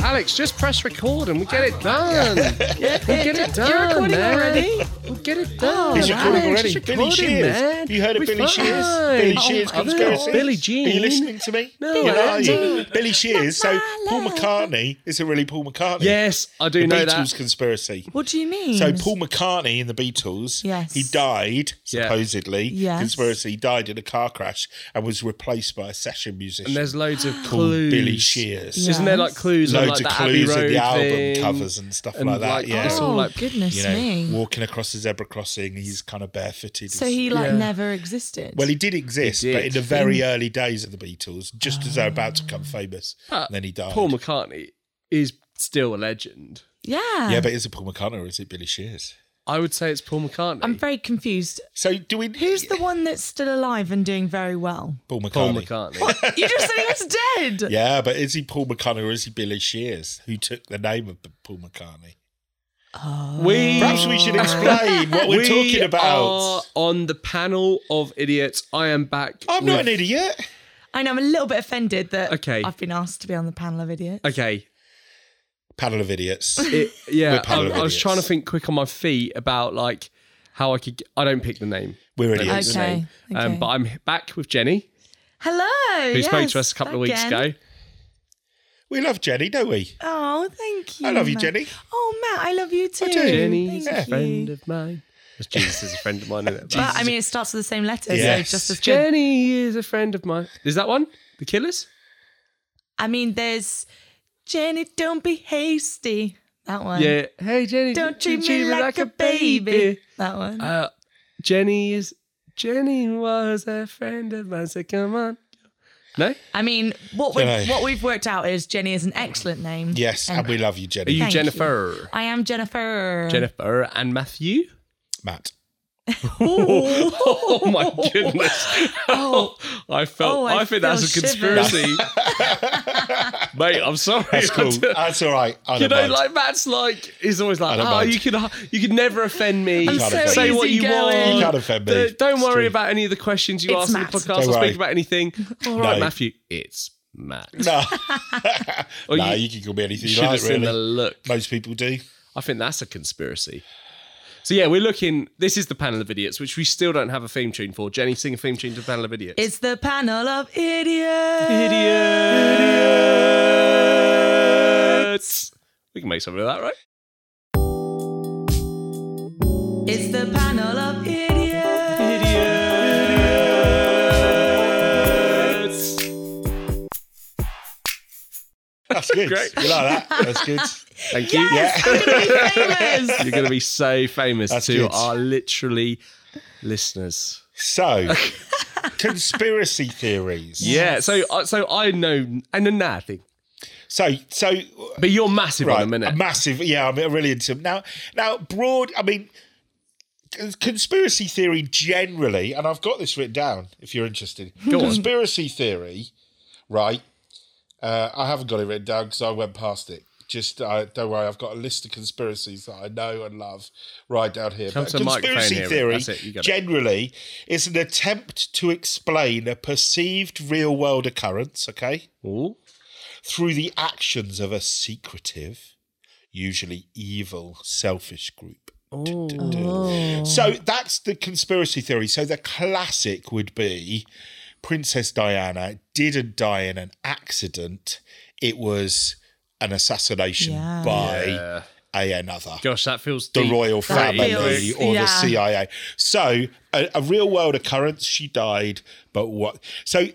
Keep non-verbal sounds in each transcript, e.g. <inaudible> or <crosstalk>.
Alex, just press record and we get it <laughs> done. we get it done. You're recording man. <laughs> already? We get it done. He's recording Alex, already. it's Billy recording, Shears. man. You heard of We're Billy Shears? fine. Billy Oh, Shears I know. conspiracy. Billy Are you Jean. listening to me? No, You're not, I are you? don't. Billy Shears. So Paul love. McCartney isn't really Paul McCartney. Yes, I do the know Beatles that. conspiracy. What do you mean? So Paul McCartney in the Beatles, Yes. he died Yeah. supposedly. Yes. Conspiracy. He died in a car crash and was replaced by a session musician And there's loads of called clues. Billy Shears. Yeah. Isn't there like clues on like Loads the of Abbey clues Road in the album thing? covers and stuff and, like that. like, yeah, it's all oh like- goodness you know, me. walking across the zebra crossing, he's kind of barefooted. so he like Yeah. never existed. Well, he did exist, He but did. Mm. in the very early days of the Beatles, just as they're about to become famous, and then he died. Ah. Paul McCartney is still a legend. yeah. yeah, but is it Paul McCartney or is it Billy Shears? I would say it's Paul McCartney. I'm very confused. So do we? Who's the one that's still alive and doing very well? Paul McCartney? Paul McCartney. You just said he was dead. <laughs> Yeah, but is he Paul McCartney or is he Billy Shears who took the name of Paul McCartney? we Perhaps we should explain what we're <laughs> we talking are about. on the panel of idiots. I am back. I'm not an with- idiot. I know I'm a little bit offended that Okay. I've been asked to be on the panel of idiots. Okay, Panel of idiots. it, yeah, We're I, panel of I was idiots. trying to think quick on my feet about like how I could. Get, I don't pick the name. We're I don't pick idiots. the Okay, name. okay. Um, but I'm back with Jenny, Hello. who spoke yes, to us a couple of weeks again. ago. We love Jenny, don't we? Oh, thank you. I love you, Matt. Jenny. Oh, Matt, I love you too. do. Jenny's a Thank friend you. of mine. Because Jesus is a friend of mine, isn't <laughs> it? But I mean, it starts with the same letter, Yes. so just as good. Jenny is a friend of mine. Is that one? The Killers? I mean, there's Jenny, don't be hasty. That one. Yeah. Hey, Jenny. Um, Don't treat me like, a baby. That one. Uh, Jenny is. Jenny was a friend of mine. So come on. No? I mean, what we Dunno. what we've worked out is Jenny is an excellent name. Yes, and we love you, Are Jenny. you Thank Jennifer? I am Jennifer. Jennifer and Matthew? <laughs> Matt. Oh my goodness. Oh, <laughs> I felt <laughs> Oh, I I, think that's a feel conspiracy. <laughs> Mate, I'm sorry. <laughs> That's cool. I don't- That's all right. I You don't know, mind. like Matt's like he's always I like, don't oh, mind. you could you could never offend me. I'm can't so offend Say what you easygoing. want. You can't offend me. Don't- Don't It's worry true. about any of the questions you It's ask in the Matt. podcast. Don't Or worry. speak about <laughs> anything. All right, No. Matthew, it's Matt. No, <laughs> Or no, you, you can call me anything you should have like, seen really. the look. Most people do. I think that's a conspiracy. So yeah, we're looking. This is the panel of idiots, which we still don't have a theme tune for. Jenny, sing a theme tune to the panel of idiots. It's the panel of idiots. <laughs> idiots. We can make something of that, right? It's the panel of idiots. Idiots. <laughs> That's good. Great. You like that? That's good. Thank you. I'm gonna be famous. You're going to be so famous That's to good. our literally listeners. <laughs> So, conspiracy theories. Yeah. So, uh, so I know I know nothing, So, so but you're massive right, on them, a innit? massive. Yeah, I'm really into them. now. Now, broad. I mean, con- conspiracy theory generally, and I've got this written down. If you're interested, Go on. conspiracy theory, right? Uh, I haven't got it written down because I went past it. Just uh, don't worry, I've got a list of conspiracies that I know and love right down here. Come But to the microphone conspiracy here, Rick. theory That's it, you got it. generally is an attempt to explain a perceived real world occurrence, okay, Ooh. through the actions of a secretive, usually evil, selfish group. So that's the conspiracy theory. So the classic would be Princess Diana didn't die in an accident. It was an assassination Yeah. by Yeah. a another. Gosh, that feels The deep. royal That family feels- or the yeah. CIA. So a, a real world occurrence. She died, but what? So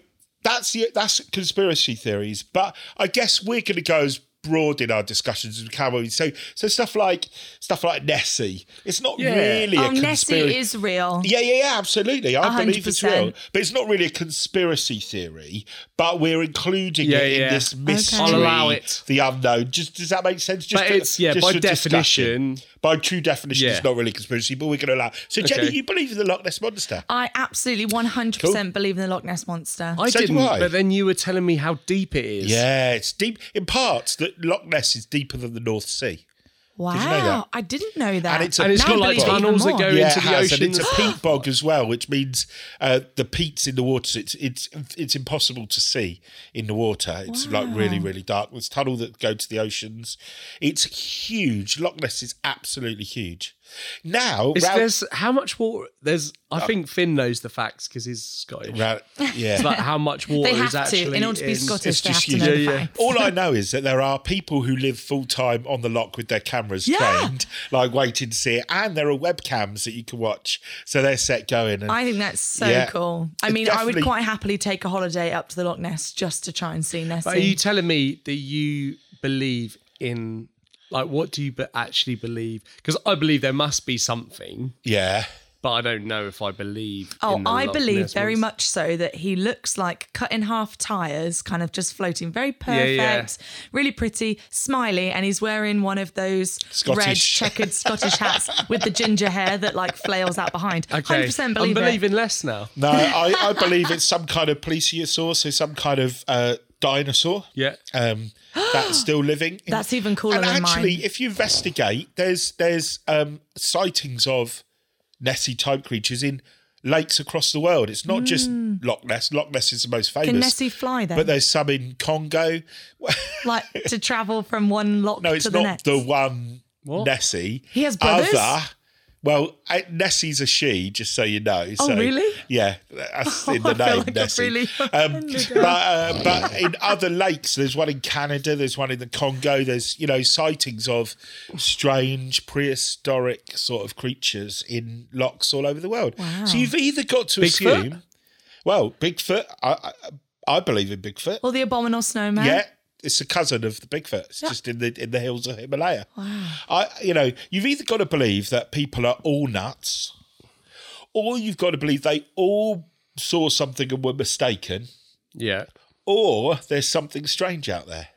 that's the that's conspiracy theories. But I guess we're going to go as broad in our discussions as we can. when we- So so stuff like stuff like Nessie. It's <laughs> not Yeah. really Oh, a conspiracy. Nessie is real. Yeah, yeah, yeah, absolutely. I believe it's 100%. real. But it's not really a conspiracy theory, but we're including Yeah, it in yeah. this mystery, I'll allow it. the unknown. Just Does that make sense? Just But to- it's- yeah, just by for discussion. definition- By true definition, Yeah. it's not really conspiracy, but we're going to allow So, Jenny, Okay. you believe in the Loch Ness Monster? I absolutely 100% believe in the Loch Ness monster. I So do didn't, I. but then you were telling me how deep it is. Yeah, it's deep. In parts, that Loch Ness is deeper than the North Sea. Wow. you know that? I didn't know that. And it's a- And it's Now got I like believe it even tunnels that more. go yeah, into it the has, ocean. and it's a peat bog as well, which means uh, the peats in the water. So it's it's it's impossible to see in the water. It's like really really dark. There's tunnel that go to the oceans. It's huge. Loch Ness is absolutely huge. Now, It's- round- there's how much water? There's I think Finn knows the facts because he's Scottish. round- yeah. But how much water They is have actually to in order to be Scottish. it's They have just to know huge. the Yeah, yeah. facts. All I know is that there are people who live full time on the lock with their cameras Yeah. trained, like waiting to see it, and there are webcams that you can watch, so they're set going. And I think that's so Yeah. cool. I It mean, I definitely- would quite happily take a holiday up to the Loch Ness just to try and see Nessie. But are you telling me that you believe in like what do you be- actually believe? Because I believe there must be something, yeah, but I don't know if I believe. Oh, in the I Loch believe Ness very monster. much so that he looks like cut in half tires, kind of just floating, very Yeah, perfect, yeah. really pretty, smiley, and he's wearing one of those red Scottish. checkered Scottish <laughs> hats with the ginger hair that like flails out behind. Okay, 100% I'm believe it. believing less now. no, I, I believe it's some kind of plesiosaur, so some kind of uh, dinosaur. Yeah. um, <gasps> that's still living. in- That's even cooler And than actually, mine. if you investigate, there's there's um, sightings of Nessie type creatures in lakes across the world. It's not just Loch Ness. Loch Ness is the most famous. Hmm. Can Nessie fly then? But there's some in Congo. like to travel from one <laughs> lock No, it's to the not next. the one What? Nessie. He has brothers? Other, well, I- Nessie's a she, just so you know. Oh, so, really? Yeah, <laughs> that's in the I name, feel like I've Nessie. really <laughs> um, offended but, uh, but in other lakes, there's one in Canada, there's one in the Congo. There's you know sightings of strange prehistoric sort of creatures in locks all over the world. So you've either got to Bigfoot? assume, well, Bigfoot. I, I, I believe in Bigfoot. Or the abominable snowman. Yeah, it's a cousin of the Bigfoot. It's just in the in the hills of Himalaya. I, you know, you've either got to believe that people are all nuts, or you've got to believe they all saw something and were mistaken, Yeah. or there's something strange out there.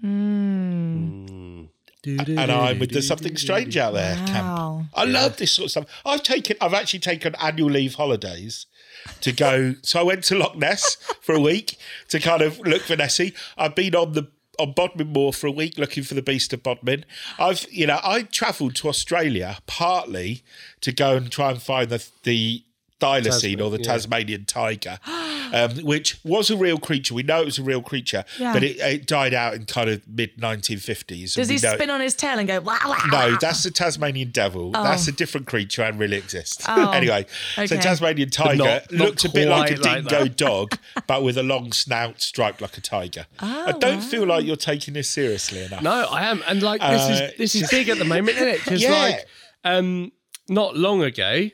And I'm with there's something strange out there. Wow. Camp. I love this sort of stuff. I've taken, I've actually taken annual leave holidays to go. <laughs> so I went to Loch Ness for a week to kind of look for Nessie. I've been on the on Bodmin Moor for a week looking for the beast of Bodmin. I've, you know, I travelled to Australia partly to go and try and find the the thylacine or the Tasmanian tiger, <gasps> um, which was a real creature. We know it was a real creature, Yeah. but it, it died out in kind of mid 1950s. Does he know, spin on his tail and go, wow, wow? no, wow? that's the Tasmanian devil. That's a different creature and really exists. <laughs> anyway, so Oh. okay. Tasmanian tiger not- not looked a bit like a quite like dingo that. <laughs> dog, but with a long snout striped like a tiger. I Oh, don't feel like you're taking this seriously enough. No, I am, and like this Uh, is this is big at the moment, isn't it? Because <laughs> Yeah. like, um, not long ago,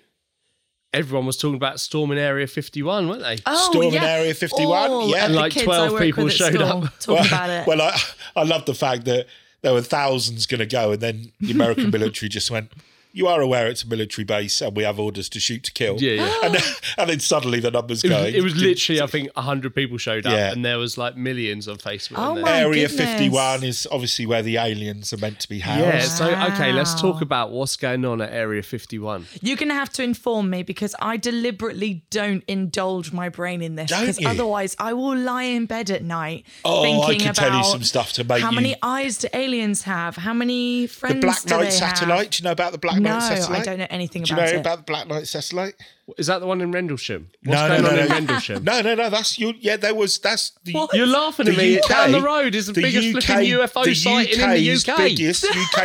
everyone was talking about storming Area Fifty One, weren't they? Oh, Storm in Area 51, All yeah. of the Like kids I 12 work with people at showed school up. Talk about it. Well, I, I love the fact that there were thousands going to go, and then the American military just went. You are aware it's a military base, and we have orders to shoot to kill. Yeah, oh. yeah. <laughs> And, then- and then suddenly the numbers It go. was, it was literally, I think, hundred people showed up, Yeah. and there was like millions on Facebook. Oh and my Area goodness. 51 is obviously where the aliens are meant to be housed. Yeah. So okay, let's Wow. talk about what's going on at Area Fifty One. You're going to have to inform me because I deliberately don't indulge my brain in this. Don't Because you? otherly I will lie in bed at night Oh, I thinking can about tell you some stuff to make how you- many eyes do aliens have? How many friends The Black do they Knight have? satellite. Do you know about the Black No, Knight satellite? I don't know anything Do you about know it. about the Black Knight satellite? Is that the one in Rendlesham? What's No, going no, on no, in no. Rendlesham? No, no, no. That's you. Yeah, there was. That's the. What? You're laughing at me. Down the road is the, biggest flipping UFO sighting in the UK's UK. <laughs> Biggest UK,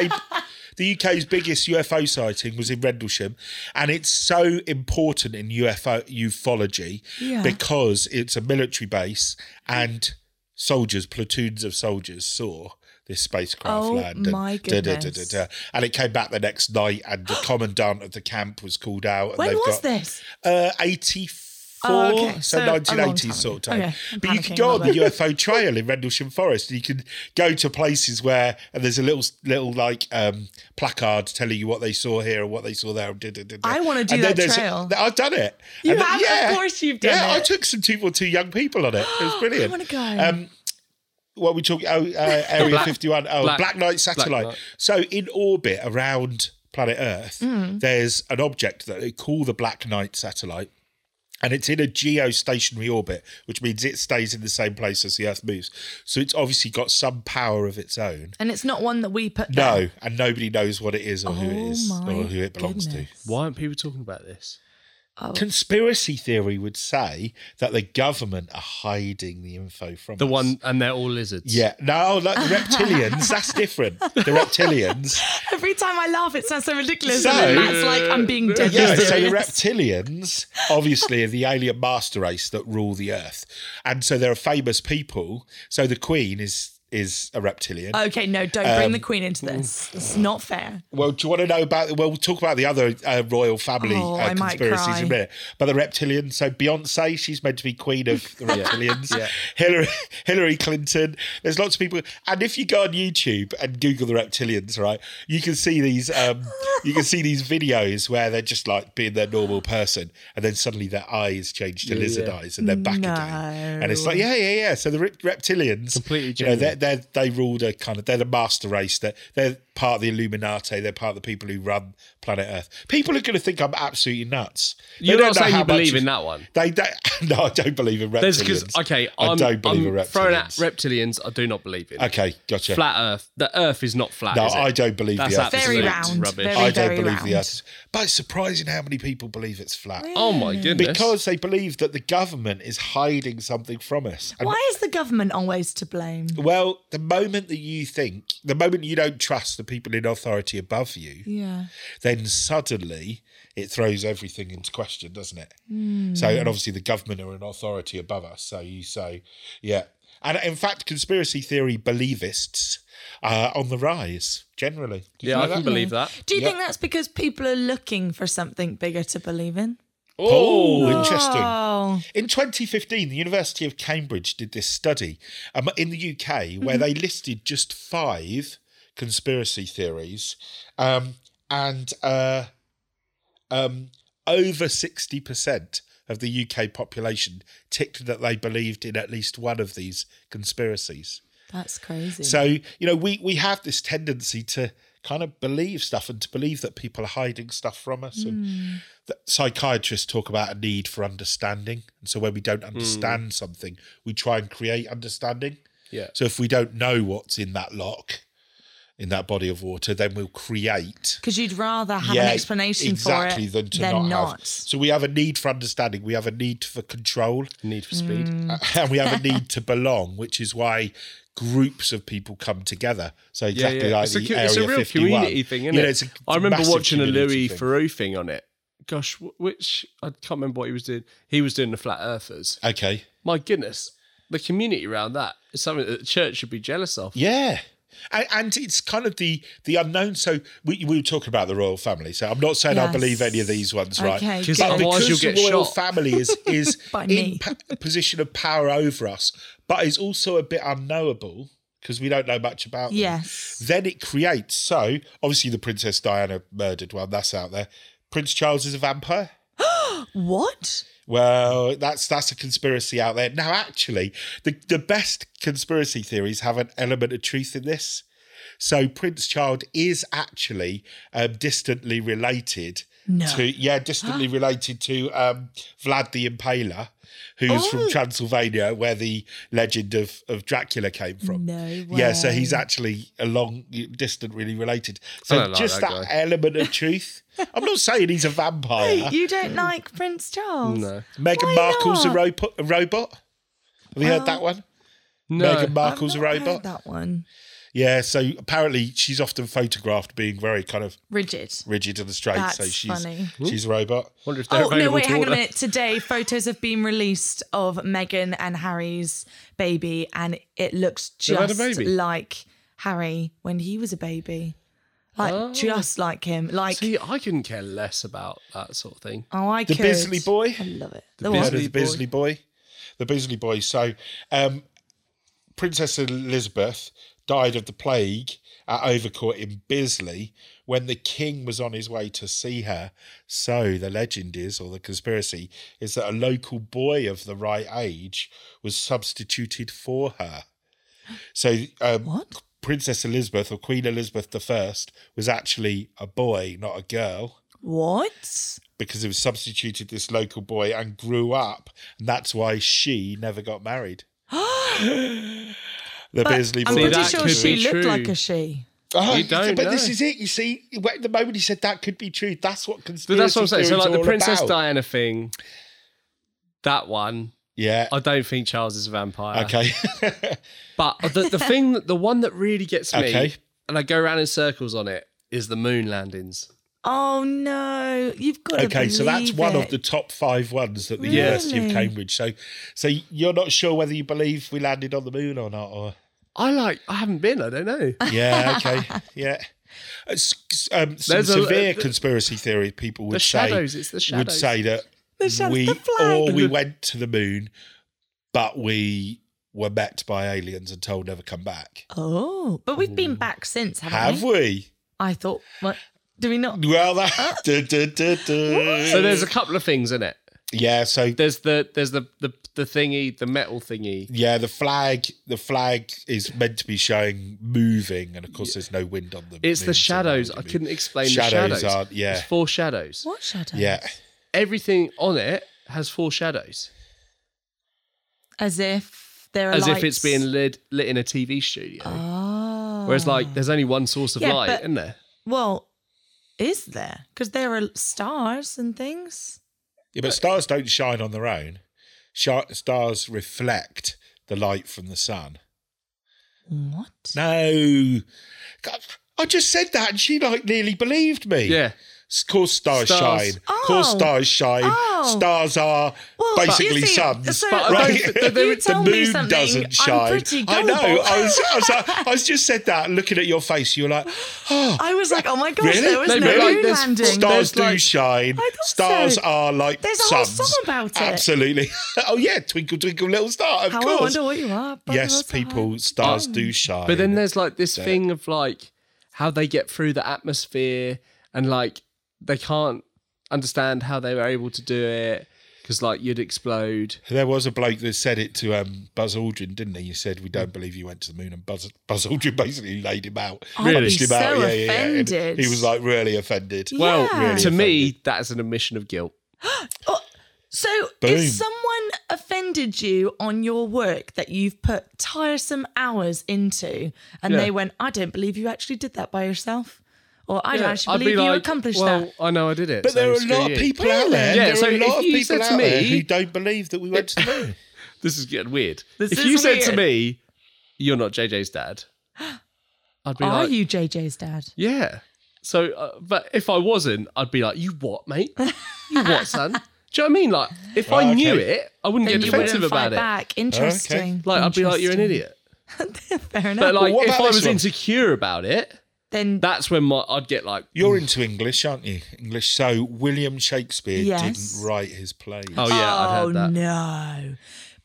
the UK's biggest UFO sighting was in Rendlesham, and it's so important in UFO ufology Yeah. because it's a military base, and soldiers, platoons of soldiers, saw. This spacecraft Oh land and my da- da- da- goodness. da- da. and it came back the next night, and the commandant of the camp was called out. And When they've was got, this? uh, 84, Oh, okay. so, So, a long 1980s time sort of ago. time. Okay. I'm But you can panicking go a on the little UFO trail in Rendlesham Forest and you can go to places where, and there's a little, little like um, placard telling you what they saw here and what they saw there. and da- da- da- da. I wanna do And then that there's a- trail. I've done it. You And have? Of course you've done yeah, I it. took some two for two young people on it. <gasps> It was brilliant. wanna go. Um, what we talking? Oh, uh, Area 51. Oh, Black- Black, Knight satellite. Knight. So in orbit Hmm. around planet Earth, there's an object that they call the Black Knight satellite. and it's in a geostationary orbit, which means it stays in the same place as the Earth moves. So it's obviously got some power of its own. And it's not one that we put down. No, and nobody knows what it is or who it is Oh my or who it belongs to. goodness. Oh. Why aren't people talking about this? Conspiracy theory would say that the government are hiding the info from The us. one, and they're all lizards. Yeah, no, oh, like the reptilians, that's different. The reptilians. <laughs> Every time I laugh, it sounds so ridiculous. So- and then Matt's like, I'm being dead Yeah, so the serious. reptilians obviously are the alien master race that rule the earth. And so there are famous people. So the queen is is a reptilian. okay, no, don't bring Um, the queen into this. mm. It's not fair. Well, do you want to know about? Well, we'll talk about the other uh, royal family Oh, uh, I might conspiracies in a cry. minute. But the reptilians. So Beyonce, she's meant to be queen of the reptilians. <laughs> Yeah. Hillary, Hillary Clinton. There's lots of people. And if you go on YouTube and Google the reptilians, right, you can see these. Um, you can see these videos where they're just like being their normal person, and then suddenly their eyes change to lizard eyes, and they're back again. And it's like, yeah, yeah, yeah. So the rep- reptilians Completely you know, genuine. they're, they're, they ruled a kind of they're the master race. They're, they're part of the Illuminati. They're part of the people who run planet Earth. People are going to think I'm absolutely nuts. They You're don't not know saying how you much believe of- in that one. They don't. <laughs> No, I don't believe in There's reptilians. because okay, I I'm, don't believe I'm in reptilians. throwing out reptilians. I do not believe in. okay, gotcha. Flat Earth. The Earth is not flat. no, is it? I don't believe That's the Earth. absolute Very round, rubbish. very- I don't very believe the round. Earth. is- But it's surprising how many people believe it's flat. oh my goodness! Because they believe that the government is hiding something from us. And Why is the government always to blame? Well, the moment that you think, the moment you don't trust the people in authority above you, Yeah. then suddenly it throws everything into question, doesn't it? So, and obviously the government are an authority above us. So you say, yeah. And in fact, conspiracy theory believists are on the rise generally. Did you yeah, know I can that? believe that. Do you Yeah. think that's because people are looking for something bigger to believe in? Oh, interesting. Oh, In 2015, the University of Cambridge did this study um, in the UK where they listed just five conspiracy theories, um, and uh, um, over 60% of the UK population ticked that they believed in at least one of these conspiracies. that's crazy. So, you know, we, we have this tendency to kind of believe stuff and to believe that people are hiding stuff from us. Hmm. And that psychiatrists talk about a need for understanding. And so when we don't Hmm. understand something, we try and create understanding. Yeah. So if we don't know what's in that lock, in that body of water, then we'll create because you'd rather have an explanation exactly for it than to not, have. not. So we have a need for understanding. We have a need for control Need for speed. Mm. and <laughs> we have a need to belong, which is why groups of people come together. So exactly yeah, yeah. like it's, the a, co- Area it's a real 51. community thing, You isn't know, it? it's a I remember massive watching a community Louis thing. Theroux thing on it. Gosh, wh- which I can't remember what he was doing. He was doing the flat earthers. Okay. My goodness, the community around that is something that the church should be jealous of. Yeah. And, and it's kind of the the unknown. So we, we were talking about the royal family. So I'm not saying I Yes. believe any of these ones, right? Okay, but Because because good. otherwise you'll get the royal shot. <laughs> family is is By in me. pa- position of power over us, but is also a bit unknowable because we don't know much about them. Yes. then it creates. So obviously, the Princess Diana murdered one. That's out there. Prince Charles is a vampire. What? Well, that's that's a conspiracy out there. Now, actually, the the best conspiracy theories have an element of truth in this. So Prince Charles is actually um, distantly related No. to <gasps> yeah, distantly related to um, Vlad the Impaler, who's Oh. from Transylvania, where the legend of of Dracula came from. No way. Yeah, so he's actually a long distant really related. I So don't like just that that, guy. element of truth. I'm not saying he's <laughs> a vampire. You don't like Prince Charles? No, Meghan Why Markle's a, not? robo- a robot. Have you heard that one? no. Meghan I've Markle's a not heard robot. that one. Yeah, so apparently she's often photographed being very kind of Rigid. rigid and straight. so That's she's funny. she's a robot. Wonder if they're Oh no! available Wait, to hang on order. a minute. Today, photos have been released of Meghan and Harry's baby, and it looks They've had a just baby? like Harry when he was a baby, like Oh. just like him. Like See, I couldn't care less about that sort of thing. oh, I The could. Bisley Boy. I love it. The, You what? heard of the Bisley Bisley Boy? The Bisley Boy. So, um, Princess Elizabeth died of the plague at Overcourt in Bisley when the king was on his way to see her. So, the legend is, or the conspiracy, is that a local boy of the right age was substituted for her. So, um, What? Princess Elizabeth or Queen Elizabeth I was actually a boy, not a girl. What? because it was substituted this local boy and grew up, and that's why she never got married. <gasps> the But Beasley I'm See, boy. pretty that sure could she be looked true. like a she. Oh, You don't but this know. is it. You see, when- the moment he said that could be true, that's what But conspiracy. that's what I'm saying. So, theories like the are all Princess about. Diana thing, that one, Yeah. I don't think Charles is a vampire. Okay. But the, <laughs> the thing, that, the one that really gets me, Okay. and I go around in circles on it, is the moon landings. Oh no, you've got to <laughs> okay. So that's believe one it. of the top five ones at the Really? University of Cambridge. So, so you're not sure whether you believe we landed on the moon or not, or I like, I haven't been, I don't <laughs> know. yeah. Okay. yeah. It's, um, some There's a- uh, severe the- conspiracy theory people would The say shadows, it's the shadows. would say that The shadows, we the flag. or we The- went to the moon, but we were met by aliens and told never come back. Oh, but we've been back since, haven't Have we? we? I thought, what? Do we not? Well, Ah. <laughs> that. duh, duh, duh, duh. So there's a couple of things in it. yeah. So There's the there's the the, the thingy, the metal thingy. yeah, the flag. The flag is meant to be showing moving, and of course, there's no wind on the. It's moon, the so shadows. I it would be- couldn't explain the Shadows shadows. aren't- yeah. There's four shadows. What shadow? Yeah. Everything on it has four shadows. As if there are as lights. if it's being lit lit in a TV studio. Oh. Whereas like there's only one source of Yeah, light, but- isn't there? well, is there? Because there are stars and things. Yeah, but stars don't shine on their own. Shi- Stars reflect the light from the sun. What? No. God, I just said that and she like nearly believed me. Yeah. Of course stars, Stars. shine. Of course Oh. stars shine. Oh. Stars are Well, but basically you see, suns. so- But I right? don't- but <laughs> there- You the told me moon something, doesn't I'm shine. pretty I know. gullible. I was, I was I was just said that looking at your face. You were like, oh, <laughs> I was like, oh my gosh, Really? there was No, no, but like, moon there's landing. star- There's stars do like- shine. I thought Stars so. are like There's a whole suns. song about it. Absolutely. <laughs> oh yeah, twinkle twinkle little star. Of How course. I wonder what you are. but yes, also- people, stars do shine. But then there's like this thing of like how they get through the atmosphere and like they can't understand how they were able to do it because like you'd explode. There was a bloke that said it to um, Buzz Aldrin, didn't he? He said, "We don't believe you went to the moon," and Buzz, Buzz Aldrin basically laid him out, I'd Oh, be punched him so out. And offended. He was like really offended. Well, Yeah. Really to me, that is an admission of guilt. So, Boom. if someone offended you on your work that you've put tiresome hours into, and Yeah. they went, "I don't believe you actually did that by yourself," or "I don't Yeah, actually I'd believe you like, accomplished well, that," I know I did it. but so there are a screw lot of you. people out there. Yeah, there so are a lot if of you people said out to there me- who don't believe that we went to the moon. This is getting weird. This if is you said to weird. me, "You're not JJ's dad," <gasps> I'd be are like, you JJ's dad? "Yeah." So, uh, but if I wasn't, I'd be like, "You what, mate? You <laughs> what, son?" Do you know what I mean? Like, if I Oh, okay. knew it, I wouldn't Then get you defensive wouldn't fight about it. back. Interesting. Like, I'd be like, "You're an Interesting. idiot." <laughs> Fair enough. But like, what if about I this was one? insecure about it, then that's when my I'd get like, You're into English, aren't you? English. So William Shakespeare Yes. didn't write his plays. "Oh yeah, I'd oh heard that." no!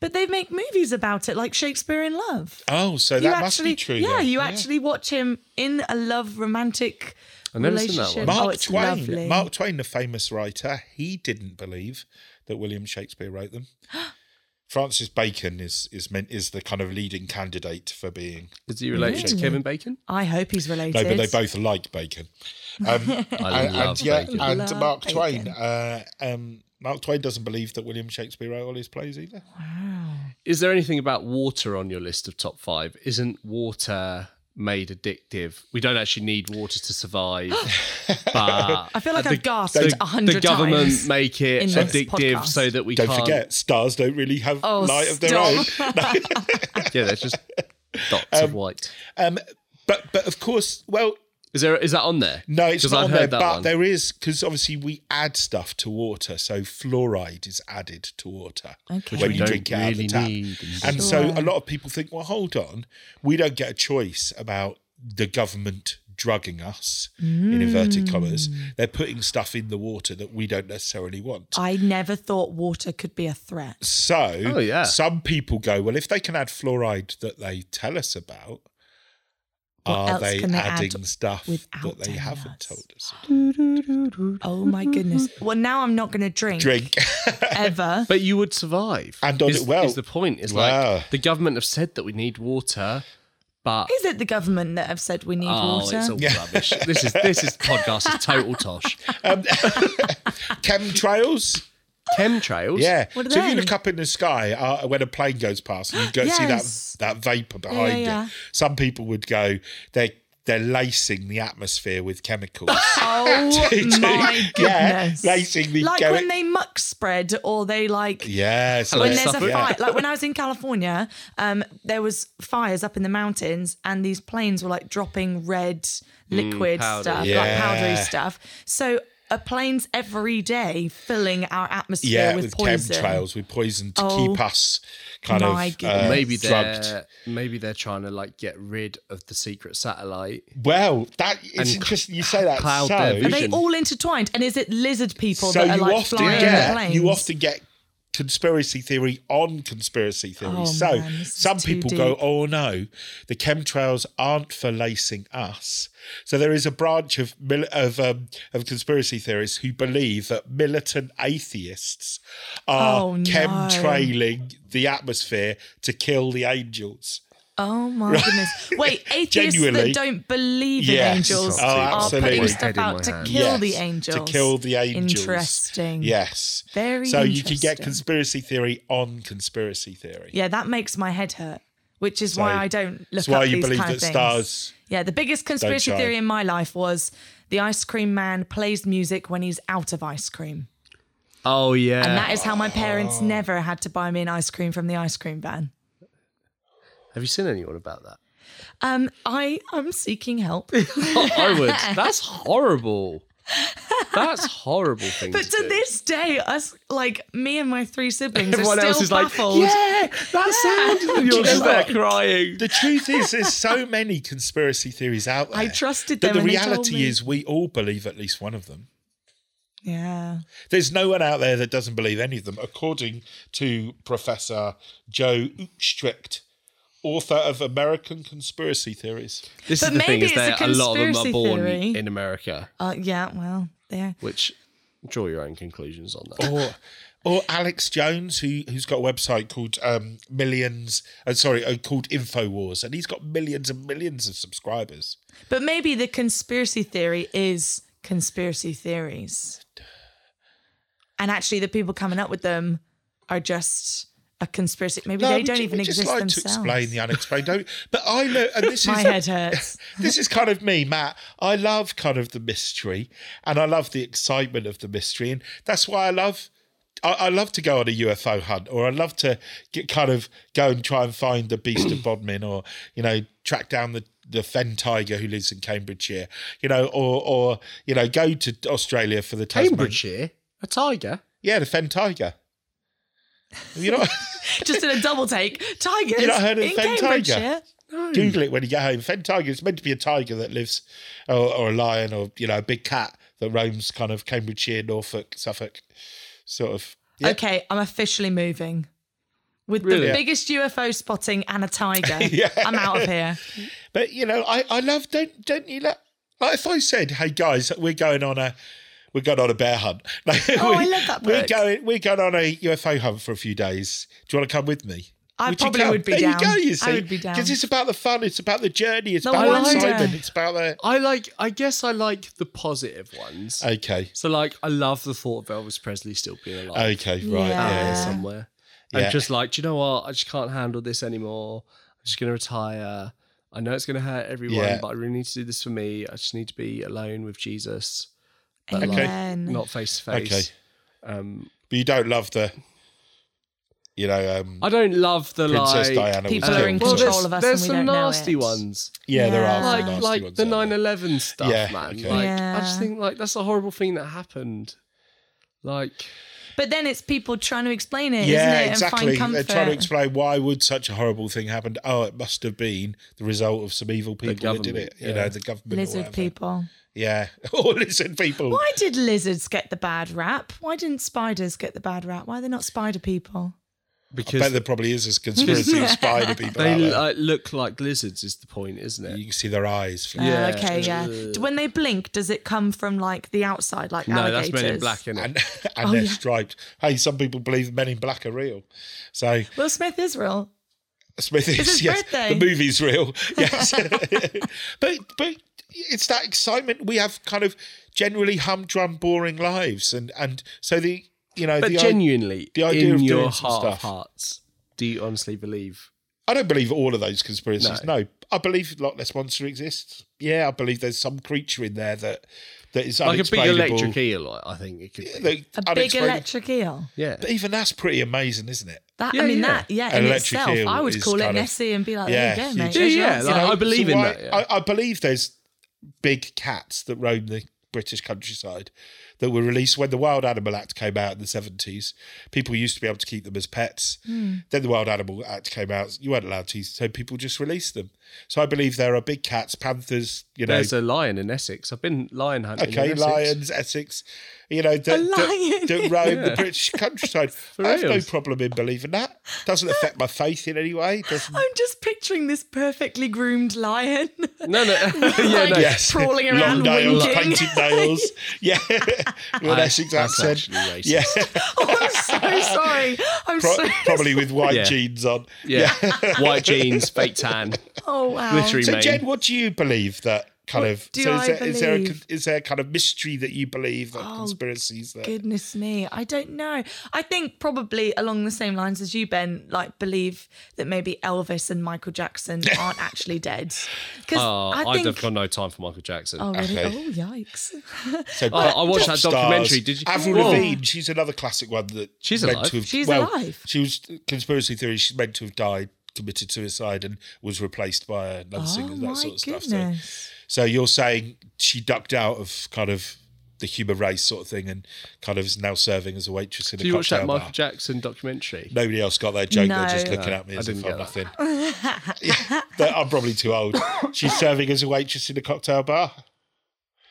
But they make movies about it, like Shakespeare in Love. Oh, so you that must actually, be true. Yeah, then. you actually watch him in a love romantic I've never seen that relationship. one. Oh, Mark it's Twain. lovely. Mark Twain, the famous writer, he didn't believe that William Shakespeare wrote <gasps> them. Francis Bacon is is meant is the kind of leading candidate for being. Is he related to Really? Kevin Bacon? I hope he's related. No, but they both like Bacon. Um, I and, love and yeah, Bacon. and Love Mark Twain. Bacon. Uh, um, Mark Twain doesn't believe that William Shakespeare wrote all his plays either. Is there anything about water on your list of top five? Isn't water made addictive? We don't actually need water to <gasps> survive, but I feel like I've gasped the, a hundred the government times. make in it this addictive podcast. so that we Don't can't. forget, stars don't really have Oh, light of their stop. own. Yeah, there's <laughs> just dots of white. Um, but but of course, well, Is there? Is that on there? No, it's 'Cause not I've on there, heard that but one. there is because obviously we add stuff to water, so fluoride is added to water Okay. when Which we you don't drink it out of the really tap. need. And so Sure. a lot of people think, well, hold on, we don't get a choice about the government drugging us in inverted commas. They're putting stuff in the water that we don't necessarily want. Mm. I never thought water could be a threat. So Oh, yeah. some people go, well, if they can add fluoride that they tell us about, are else they can they add adding stuff that without they telling haven't us? told us? Oh my goodness! Well, now I'm not going to drink, Drink. <laughs> ever. But you would survive. And on is, it well. Is the point? Is Wow. like the government have said that we need water. But Is it the government that have said we need oh, water? it's all rubbish. This is this <laughs> is podcast is total tosh. Chemtrails? Chemtrails. Yeah. What are so if you they? look up in the sky uh, when a plane goes past and you go Yes. see that that vapor behind yeah. it, some people would go they they're lacing the atmosphere with <laughs> chemicals. Oh <laughs> my Yeah, goodness! lacing the like go- when they muck spread or they like yeah, so Hello, when that's- there's a Suffolk. yeah. fire. Like when I was in California, um, there was fires up in the mountains, and these planes were like dropping red Mm, liquid powder. stuff, like Yeah. powdery stuff. So. A plane's every day filling our atmosphere Yeah, with, with, poison. chemtrails, with poison to Oh, keep us kind my of goodness. uh, Maybe drugged. they're maybe they're trying to like get rid of the secret satellite. Well, that it's And interesting you say that. cloud so, their Are vision. they all intertwined? And is it lizard people so that are you like often flying the get planes? you often get conspiracy theory on conspiracy theory. Oh, so man, this is some too people go, deep. "Oh no, the chemtrails aren't for lacing us." So there is a branch of mil- of um, of conspiracy theorists who believe that militant atheists are Oh, no. chemtrailing the atmosphere to kill the angels. Oh my goodness! <laughs> Wait, atheists that Genuinely. don't believe Yes. in angels Oh, are putting absolutely. stuff out to Head in my kill Yes, the angels. To kill the angels. Interesting. Yes. Very So you can get interesting. conspiracy theory on conspiracy theory. Yeah, that makes my head hurt, which is So why I don't look that's why up you these believe kind of that things. stars- Yeah, the biggest conspiracy shine. theory in my life was the ice cream man plays music when he's out of ice cream, Oh yeah. and that is how my parents Ah. never had to buy me an ice cream from the ice cream van. Have you seen anyone about that? Um, I am seeking <laughs> help. I <laughs> would. That's horrible. That's horrible thing. But to, to do. this day, us like me and my three siblings everyone are still else is baffled. like, yeah, that's <laughs> it. And you're just there crying. The truth is, there's so many conspiracy theories out there. I trusted But them the and they told reality me. is, we all believe at least one of them. Yeah. There's no one out there that doesn't believe any of them, according to Professor Joe Uchtrecht, author of American Conspiracy Theories. This is But the thing maybe is it's a that a lot of them conspiracy are born theory. in America, Uh, yeah. Well, there. which draw your own conclusions on that. Or, or Alex Jones, who who's got a website called um, Millions, uh, sorry, uh, called Infowars, and he's got millions and millions of subscribers. But maybe the conspiracy theory is conspiracy theories, and actually, the people coming up with them are just a conspiracy. Maybe they we don't ju- even we exist just like themselves. to explain the unexplained. don't we? but I know, <laughs> and this my is head <laughs> hurts. this is kind of me, Matt. I love kind of the mystery, and I love the excitement of the mystery, and that's why I love. I, I love to go on a UFO hunt, or I love to get kind of go and try and find the beast of Bodmin, or you know, track down the the fen tiger who lives in Cambridgeshire, you know, or or you know, go to Australia for the Tasman- Cambridgeshire, a tiger. Yeah, the fen tiger. Have You know, just in a double take. Tigers You not heard of in the Fen Tiger? Cambridgeshire. Google it when you get home. Fen tiger. It's meant to be a tiger that lives, or, or a lion, or you know, a big cat that roams kind of Cambridgeshire, Norfolk, Suffolk, sort of. Yeah. Okay, I'm officially moving. With Really? the biggest UFO spotting and a tiger. <laughs> Yeah. I'm out of here. But you know, I, I love don't don't you love like if I said, hey guys, we're going on a we're going on a bear hunt. <laughs> Like, Oh, I love that We're book. going we're going on a UFO hunt for a few days. Do you want to come with me? I you probably come? would be there down. You go, you I see, would be down. because it's about the fun, it's about the journey, it's No about wonder. the excitement, it's about the I like. I guess I like the positive ones. okay, so like, I love the thought of Elvis Presley still being alive. okay, right, out Yeah. yeah. there somewhere. Yeah. And just like, do you know what? I just can't handle this anymore. I'm just going to retire. I know it's going to hurt everyone, Yeah. but I really need to do this for me. I just need to be alone with Jesus, But, like, Amen. not face to face. Okay. Um, But you don't love the, you know, um, I don't love the Princess like. Diana. People was are in killed. well, control there's, of us there's and we some don't know nasty it. ones. Yeah, there are. Yeah. some Like nasty like ones the out there. oh 9/11 stuff, Yeah, man. okay. Like I Yeah. just think like that's a horrible thing that happened. Like But then it's people trying to explain it, Yeah, not it? exactly. And find They're comfort. trying to explain why would such a horrible thing happen. Oh, it must have been the result of some evil people that did government, it. yeah. You know, the government. or Lizard whatever. people. Yeah. <laughs> Or lizard people. Why did lizards get the bad rap? Why didn't spiders get the bad rap? Why are they not spider people? I bet because there probably is <laughs> a conspiracy of spider people they out there. like, look like lizards is the point, isn't it? You can see their eyes. Uh, flick. Yeah. uh, okay, yeah. Do- When they blink, does it come from like the outside, like no, alligators? that's Men in Black, isn't it? And, <laughs> and Oh, they're striped. Hey, some people believe men in black are real. So, Will Smith is real. Smithies, It's his yes. birthday. The <laughs> movie's real. Yes. <laughs> but but it's that excitement. We have kind of generally humdrum, boring lives. And and so the you know But the i- genuinely, the idea in of your doing some heart stuff. of hearts, do you honestly believe? I don't believe all of those conspiracies. No. I believe Loch Ness monster exists. Yeah, I believe there's some creature in there that that is Like a big unexplainable. electric eel, I think it could be. that- A big unexplainable- electric eel. Yeah. But even that's pretty amazing, isn't it? That Yeah, I mean yeah. that yeah in Electric itself. eel I would is call it kind of- Nessie and be like, Yeah, there you huge. go, mate. Yeah, there's your yeah, answer. like, I believe in why- that, yeah. I, I believe there's big cats that roam the British countryside that were released when the Wild Animal Act came out in the 70s. People used to be able to keep them as pets. Then the Wild Animal Act came out. You weren't allowed to, so people just released them. So I believe there are big cats, panthers, you know. There's a lion in Essex. I've been lion hunting. in Okay, Essex. lions, Essex, you know, that, that, lion. that roam <laughs> the Yeah. British countryside. I have no reals. problem in believing that. Doesn't affect my faith in any way. Doesn't I'm just picturing this perfectly groomed lion. <laughs> No, <laughs> no, yeah, Like, no. Yes. crawling around long nails, winking. painted <laughs> nails. Yeah, with an I- Essex that's accent. actually racist. Yeah, I'm <laughs> so sorry. I'm <laughs> Pro- so probably with white Yeah. jeans on. Yeah. <laughs> White jeans, fake <laughs> tan, Oh wow. glittery So, mane. Jen, what do you believe that kind What of? do so, is I there, is there a, believe? con- is there a kind of mystery that you believe that Oh, conspiracies that? Goodness me, I don't know. I think probably along the same lines as you, Ben. Like, believe that maybe Elvis and Michael <laughs> Jackson aren't actually dead. Because Oh, I I've think. got no time for Michael Jackson. oh, really? Okay. Oh, yikes! So, I- I watched pop that documentary. stars. Did you- Avril Whoa. Lavigne, she's another classic one that She's meant alive. to have- She's well, alive. She was conspiracy theory. She's meant to have died, committed suicide, and was replaced by another singer. Oh That my sort of stuff. So, goodness! So you're saying she ducked out of kind of the human race sort of thing and kind of is now serving as a waitress in Did a you watch cocktail that bar. Michael Jackson documentary? Nobody else got their joke. They're just No. looking No, at me I as if didn't I'm get nothing. Yeah, but I'm probably too old. She's serving as a waitress in a cocktail bar.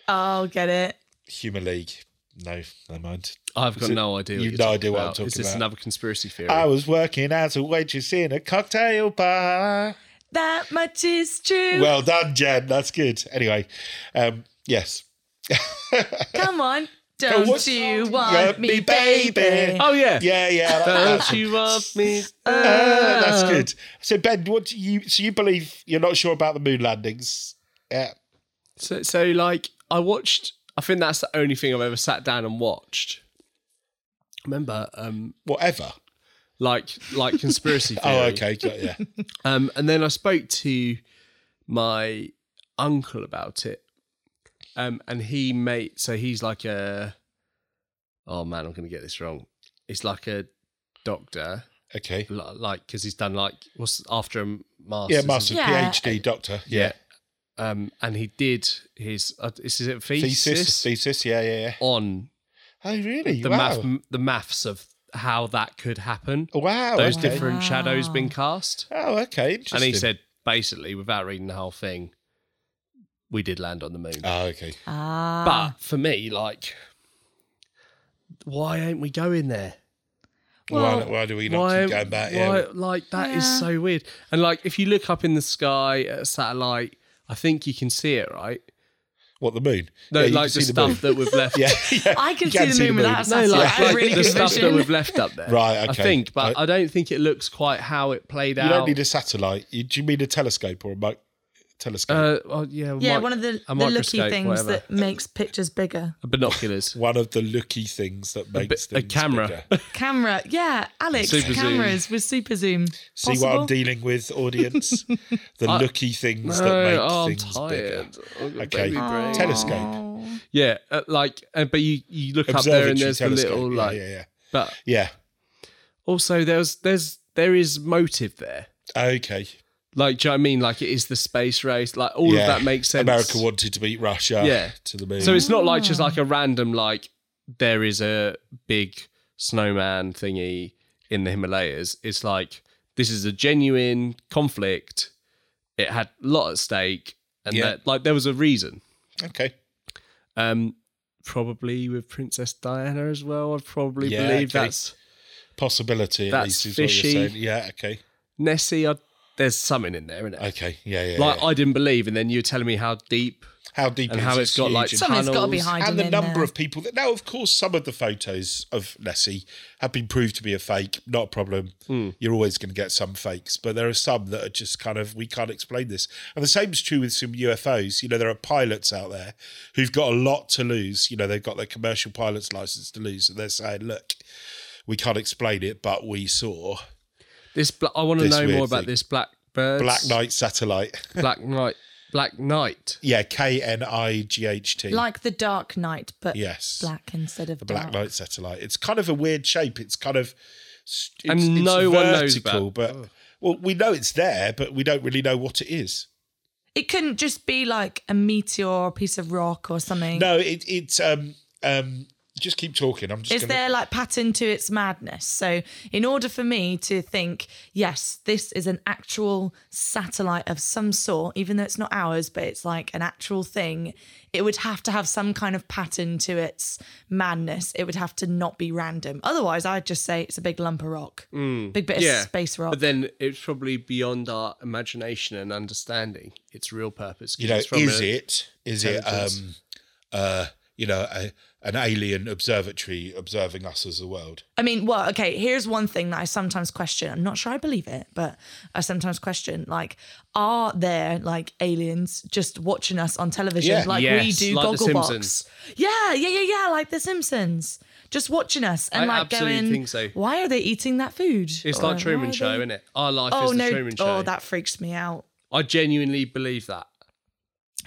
I'll get it. Human League. No, never mind. I've got it- no idea. you've what you're no talking idea what I'm about. Is talking this about. another conspiracy theory? I was working as a waitress in a cocktail bar. That much is true. Well done, Jen. That's good. Anyway, um, yes. Come on, Come don't on. you You want, want me, me, baby? baby. oh yeah. Yeah, yeah. I like that. Don't you love me? Ah, that's good. So Ben, what do you? So you believe you're not sure about the moon landings? Uh, Yeah. So, so like, I watched. I think that's the only thing I've ever sat down and watched. Remember, um, Whatever. like, like conspiracy theory. <laughs> Oh, okay. <laughs> Got, yeah. Um, and then I spoke to my uncle about it, um, and he made so he's like a oh man, I'm going to get this wrong. It's like a doctor, Okay. li- like because he's done like what's after a master's. Yeah, master's Yeah. PhD doctor. Yeah. Yeah. Um, and he did his uh, is it a thesis, Thesis. Thesis. Yeah, yeah, yeah. on Oh, really? the wow. math the maths of how that could happen. wow. Those Oh, okay. different Wow. shadows being cast. Oh, okay. Interesting. And he said, basically, without reading the whole thing, we did land on the moon. Oh, okay. Ah, but for me, like, why ain't we going there? why, Well, why do we not Why? keep going back? why Yeah. like that is Yeah. so weird. And like, if you look up in the sky at a satellite, I think you can see it, right? What the moon? No, Yeah, you can like see the stuff moon. that we've left. <laughs> yeah, yeah. I can, You see the moon without a No, satellite. like, I have like really the good stuff that vision. we've left up there. <laughs> Right, I okay. think, but I- I, don't think it looks quite how it played You out. don't need a satellite. You, do you mean a telescope or a mic- telescope? uh, oh, yeah, Yeah, mic- one of the, a the looky microscope, things whatever. that makes pictures bigger. <laughs> binoculars. One of the looky things that makes bi- a things camera. bigger. Camera, yeah, Alex, Super zoom. cameras with super zoom. See Possible? what I'm dealing with, <laughs> audience? the looky things that make things bigger. I've got Okay. baby brain. Telescope. Yeah, uh, like, uh, but you you look up there Observatory and there's the telescope. little yeah, like, yeah, yeah. but Yeah. also there's there's there is motive there. Okay. Like, do you know what I mean? Like, it is the space race. Like, all yeah. of that makes sense. America wanted to beat Russia Yeah. to the moon. So it's not like just like a random like there is a big snowman thingy in the Himalayas. It's like this is a genuine conflict. It had a lot at stake, and Yeah. that, like there was a reason. okay. Um, probably with Princess Diana as well. I'd probably Yeah, believe okay. that's Possibility at That's least is what fishy. you're saying. Yeah, okay. Nessie. I'd there's something in there, isn't it? Okay, yeah, yeah. like yeah. I didn't believe, and then you were telling me how deep how deep and it how is, it's got like huge. Something's gotta be tunnels. hiding. and the in number there. of people that now, of course, some of the photos of Nessie have been proved to be a fake. Not a problem. You're always going to get some fakes, but there are some that are just kind of we can't explain this. And the same is true with some UFOs. You know, there are pilots out there who've got a lot to lose. You know, they've got their commercial pilot's license to lose, and they're saying, "Look, we can't explain it, but we saw This bla- I want to This know weird more about thing. this black bird, Black Knight <laughs> satellite." black night, black night. yeah, K N I G H T. like the Dark Knight, but yes, black instead of the Black dark. Knight satellite. It's kind of a weird shape. It's kind of s- it's, And it's no one knows vertical, about- but well, we know it's there, but we don't really know what it is. It couldn't just be like a meteor, or a piece of rock, or something. No, it, it's um um. Just keep talking. I'm just. Is gonna, there like pattern to its madness? So, in order for me to think, yes, this is an actual satellite of some sort, even though it's not ours, but it's like an actual thing, it would have to have some kind of pattern to its madness. It would have to not be random. Otherwise, I'd just say it's a big lump of rock, Mm. big bit Yeah, of space rock. But then it's probably beyond our imagination and understanding. Its real purpose. 'cause You know, it's from is a- it? Is it um intelligence. uh you know a, an alien observatory observing us as the world? I mean, well, okay, here's one thing that I sometimes question. I'm not sure I believe it, but I sometimes question like, are there like aliens just watching us on television Yeah. like we Yes, do like The Gogglebox? Simpsons. Yeah, yeah, yeah, yeah, like The Simpsons. Just watching us and I like absolutely going, think so. why are they eating that food? It's Or, like "Why Truman are Show, they-" isn't it? Our life Oh, is the no. Truman Show. Oh, that freaks me out. I genuinely believe that.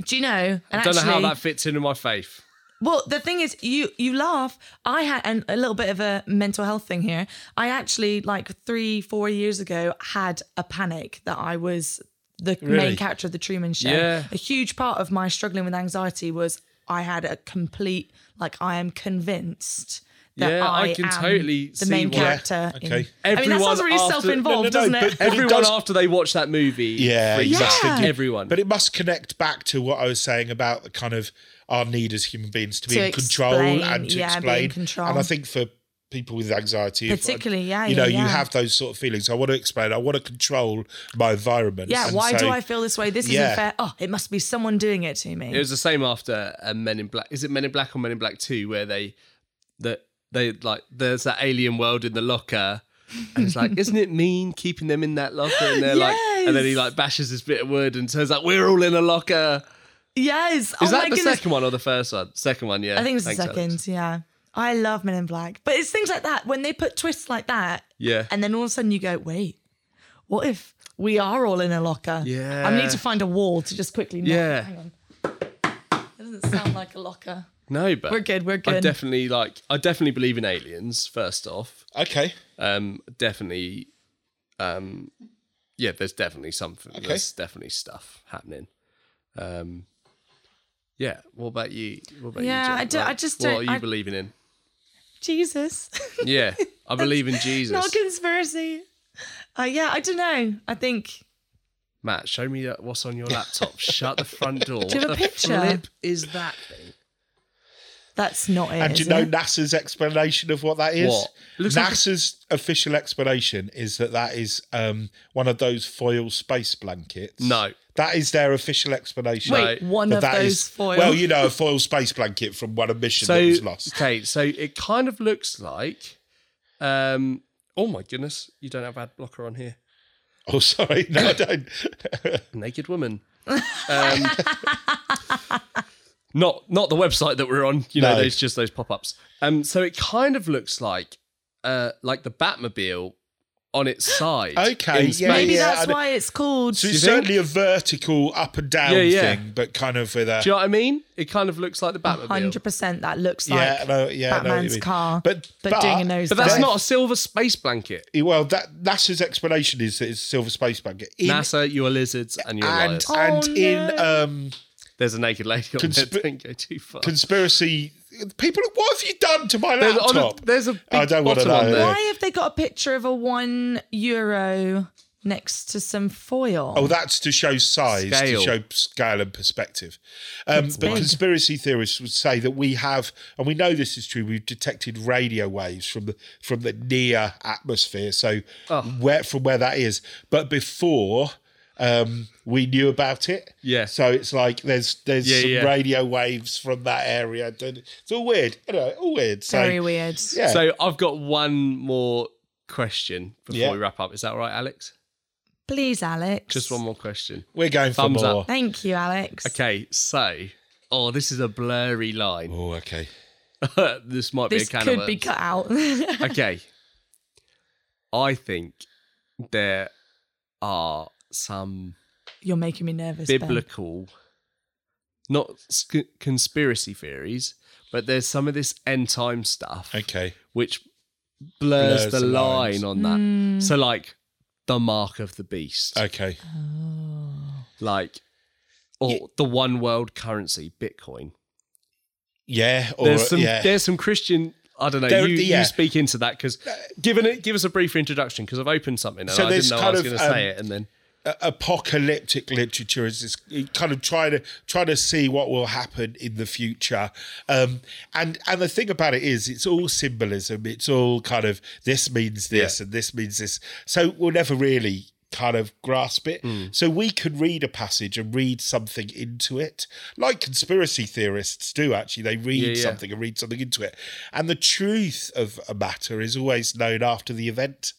Do you know? And I don't know how that fits into my faith. Well, the thing is, you you laugh. I had and a little bit of a mental health thing here. I actually, like three, four years ago, had a panic that I was the Really? main character of the Truman Show. Yeah. A huge part of my struggling with anxiety was I had a complete, like, I am convinced. That Yeah, I can am totally the see main why. character. in- okay. I mean, that Everyone sounds really after- self-involved, No, no, no, doesn't it? but- it Everyone does- after they watch that movie, Yeah, freaks Yeah. out. exactly. everyone. But it must connect back to what I was saying about the kind of our need as human beings to be To in control explain, and to yeah, be in explain. control. And I think for people with anxiety, if I- Particularly, yeah, you know, yeah, you yeah. have those sort of feelings. I want to explain. I want to control my environment. yeah, And why so- do I feel this way? This Yeah. isn't fair. Oh, it must be someone doing it to me. It was the same after uh, Men in Black. Is it Men in Black or Men in Black Two, where they that they like there's that alien world in the locker, and it's like, isn't it mean keeping them in that locker? And they're like, and then he Yes. like bashes this bit of wood and says like, we're all in a locker. yes. Is oh that my the goodness. second one or the first one? Second one, yeah. I think it's the Thanks, Alex. second. Yeah. I love Men in Black. But it's things like that. When they put twists like that, Yeah. and then all of a sudden you go, wait, what if we are all in a locker? Yeah. I need to find a wall to just quickly knock. Yeah. Hang on. That doesn't sound like a locker. No, but We're good, we're I good. definitely like. I definitely believe in aliens. First off, Okay. um, definitely, um, yeah. There's definitely something. Okay. There's definitely stuff happening. Um, yeah. What about you? What about you? Yeah, I Jen? don't- I Like, just What don't- are you I- believing in? Jesus. <laughs> Yeah, I believe in Not a Jesus. conspiracy. Uh, yeah, I don't know. I think Matt, show me that- what's on your laptop. Shut the <laughs> front door. you have What a the picture? flip is that thing? that's not it. And do is you know it? NASA's explanation of what that is? What? Looks like a- NASA's official explanation is that that is um, one of those foil space blankets. No. That is their official explanation. Wait, No. one That of that those is- foil. Well, you know, a foil space blanket from one of mission that was lost. Okay, so it kind of looks like. Um, oh my goodness, you don't have ad blocker on here. Oh, sorry. No, <laughs> I don't. Naked woman. Um, <laughs> not not the website that we're on. You know, No. there's just those pop ups. Um, so it kind of looks like uh, like the Batmobile on its side. Okay, in yeah, space. Maybe yeah, I that's d- why it's called. So you it's think? certainly a vertical up and down Yeah, yeah. thing, but kind of with a. Do you know what I mean? It kind of looks like the Batmobile. Hundred percent. That looks yeah, like no, yeah, I know what you Batman's mean. car, But, but doing a nose But that's dive. not a silver space blanket. Well, that NASA's explanation is that it's a silver space blanket. In, NASA, you are lizards and you're and liars. and Oh, in no. um, There's a naked lady on there. Consp- Don't go too far. conspiracy, people, what have you done to my There's, on a, laptop? there's a big I don't wanna bottom on know. there. Why have they got a picture of a one euro next to some foil. Oh, that's to show size, Scale. to show scale and perspective. Um, It's but big. conspiracy theorists would say that we have, and we know this is true. We've detected radio waves from the from the near atmosphere, so where from where that is. But before um, we knew about it, Yeah. So it's like there's there's Yeah, some yeah. radio waves from that area. Don't- It's all weird, you know, all weird. So Very weird. yeah, So I've got one more question before Yeah. we wrap up. Is that all right, Alex? Please, Alex. Just one more question. we're going for Thumbs up. more. Thank you, Alex. Okay, so oh, this is a blurry line. <laughs> Oh, okay. this might This be a can could of be worms. cut out. <laughs> okay. I think there are some You're making me nervous. Ben. biblical, not sc- conspiracy theories, but there's some of this end time stuff Okay. which blurs, Blurs the, the line lines. on that. Hmm. So, like the mark of the beast, Okay. like or the one world currency, Bitcoin. Yeah. Or There's some yeah. there's some Christian. I don't know. There- you, yeah. Uh, you speak into that because given it, give us a brief introduction because I've opened something and So I didn't there's know I kind was of, going to say um, it and then apocalyptic literature is this you kind of trying to trying to see what will happen in the future um and and the thing about it is it's all symbolism it's all kind of this means this and this means this so we'll never really kind of grasp it Hmm. so we can read a passage and read something into it like conspiracy theorists do actually they read Yeah, yeah. something and read something into it and the truth of a matter is always known after the event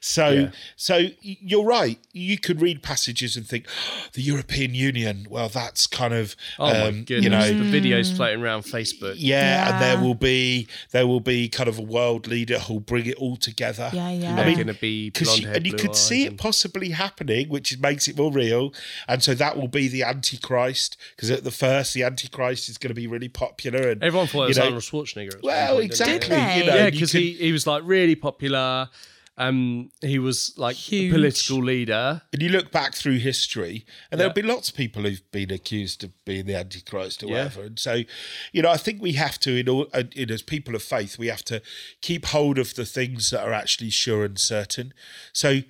so, Yeah. so y- you're right. You could read passages and think <gasps> the European Union. Well, that's kind of, oh my um, goodness, Mm. you know, the videos floating around Facebook. yeah, And there Yeah. will be there will be kind of a world leader who'll bring it all together. Yeah, yeah. They're I mean, going to be 'Cause blonde you- hair, and you blue could eyes see it and- possibly happening, which is- makes it more real. And so that will be the Antichrist, because at the first, the Antichrist is going to be really popular. And Everyone thought it you was know- Arnold Schwarzenegger. at some Well, point, didn't they? exactly. Did You they? know, yeah, and you because could- he, he was like really popular. Um, he was like Huge. political leader. and you look back through history, and there'll be lots of people who've been accused of being the Antichrist or Yeah. whatever. And so, you know, I think we have to, in all, uh, in, as people of faith, we have to keep hold of the things that are actually sure and certain. So,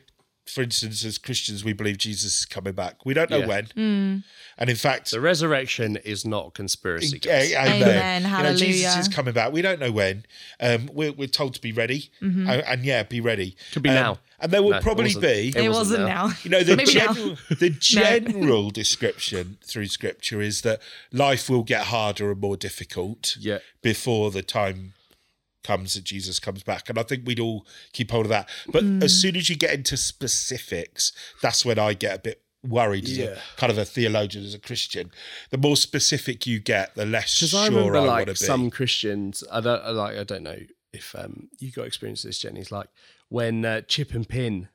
for instance, as Christians, we believe Jesus is coming back. We don't know Yeah. when, Hmm. and in fact, The resurrection is not a conspiracy. guys. yeah, amen. Amen, You know, Jesus hallelujah. is coming back. We don't know when. Um, we're, we're told to be ready, Mm-hmm. and, and yeah, be ready. Could be Um, now. And there will No, it probably wasn't. be. It, It wasn't wasn't now. now. <laughs> You know, the, Maybe now. general, <laughs> the general description through scripture is that life will get harder and more difficult Yeah. before the time comes that Jesus comes back. And I think we'd all keep hold of that. But Hmm. as soon as you get into specifics, that's when I get a bit worried as Yeah. a kind of a theologian, as a Christian. The more specific you get, the less Because sure I I, remember want to like be. some Christians, I don't I like. I don't know if um, you got experience with this, Jenny. It's like when uh, Chip and Pin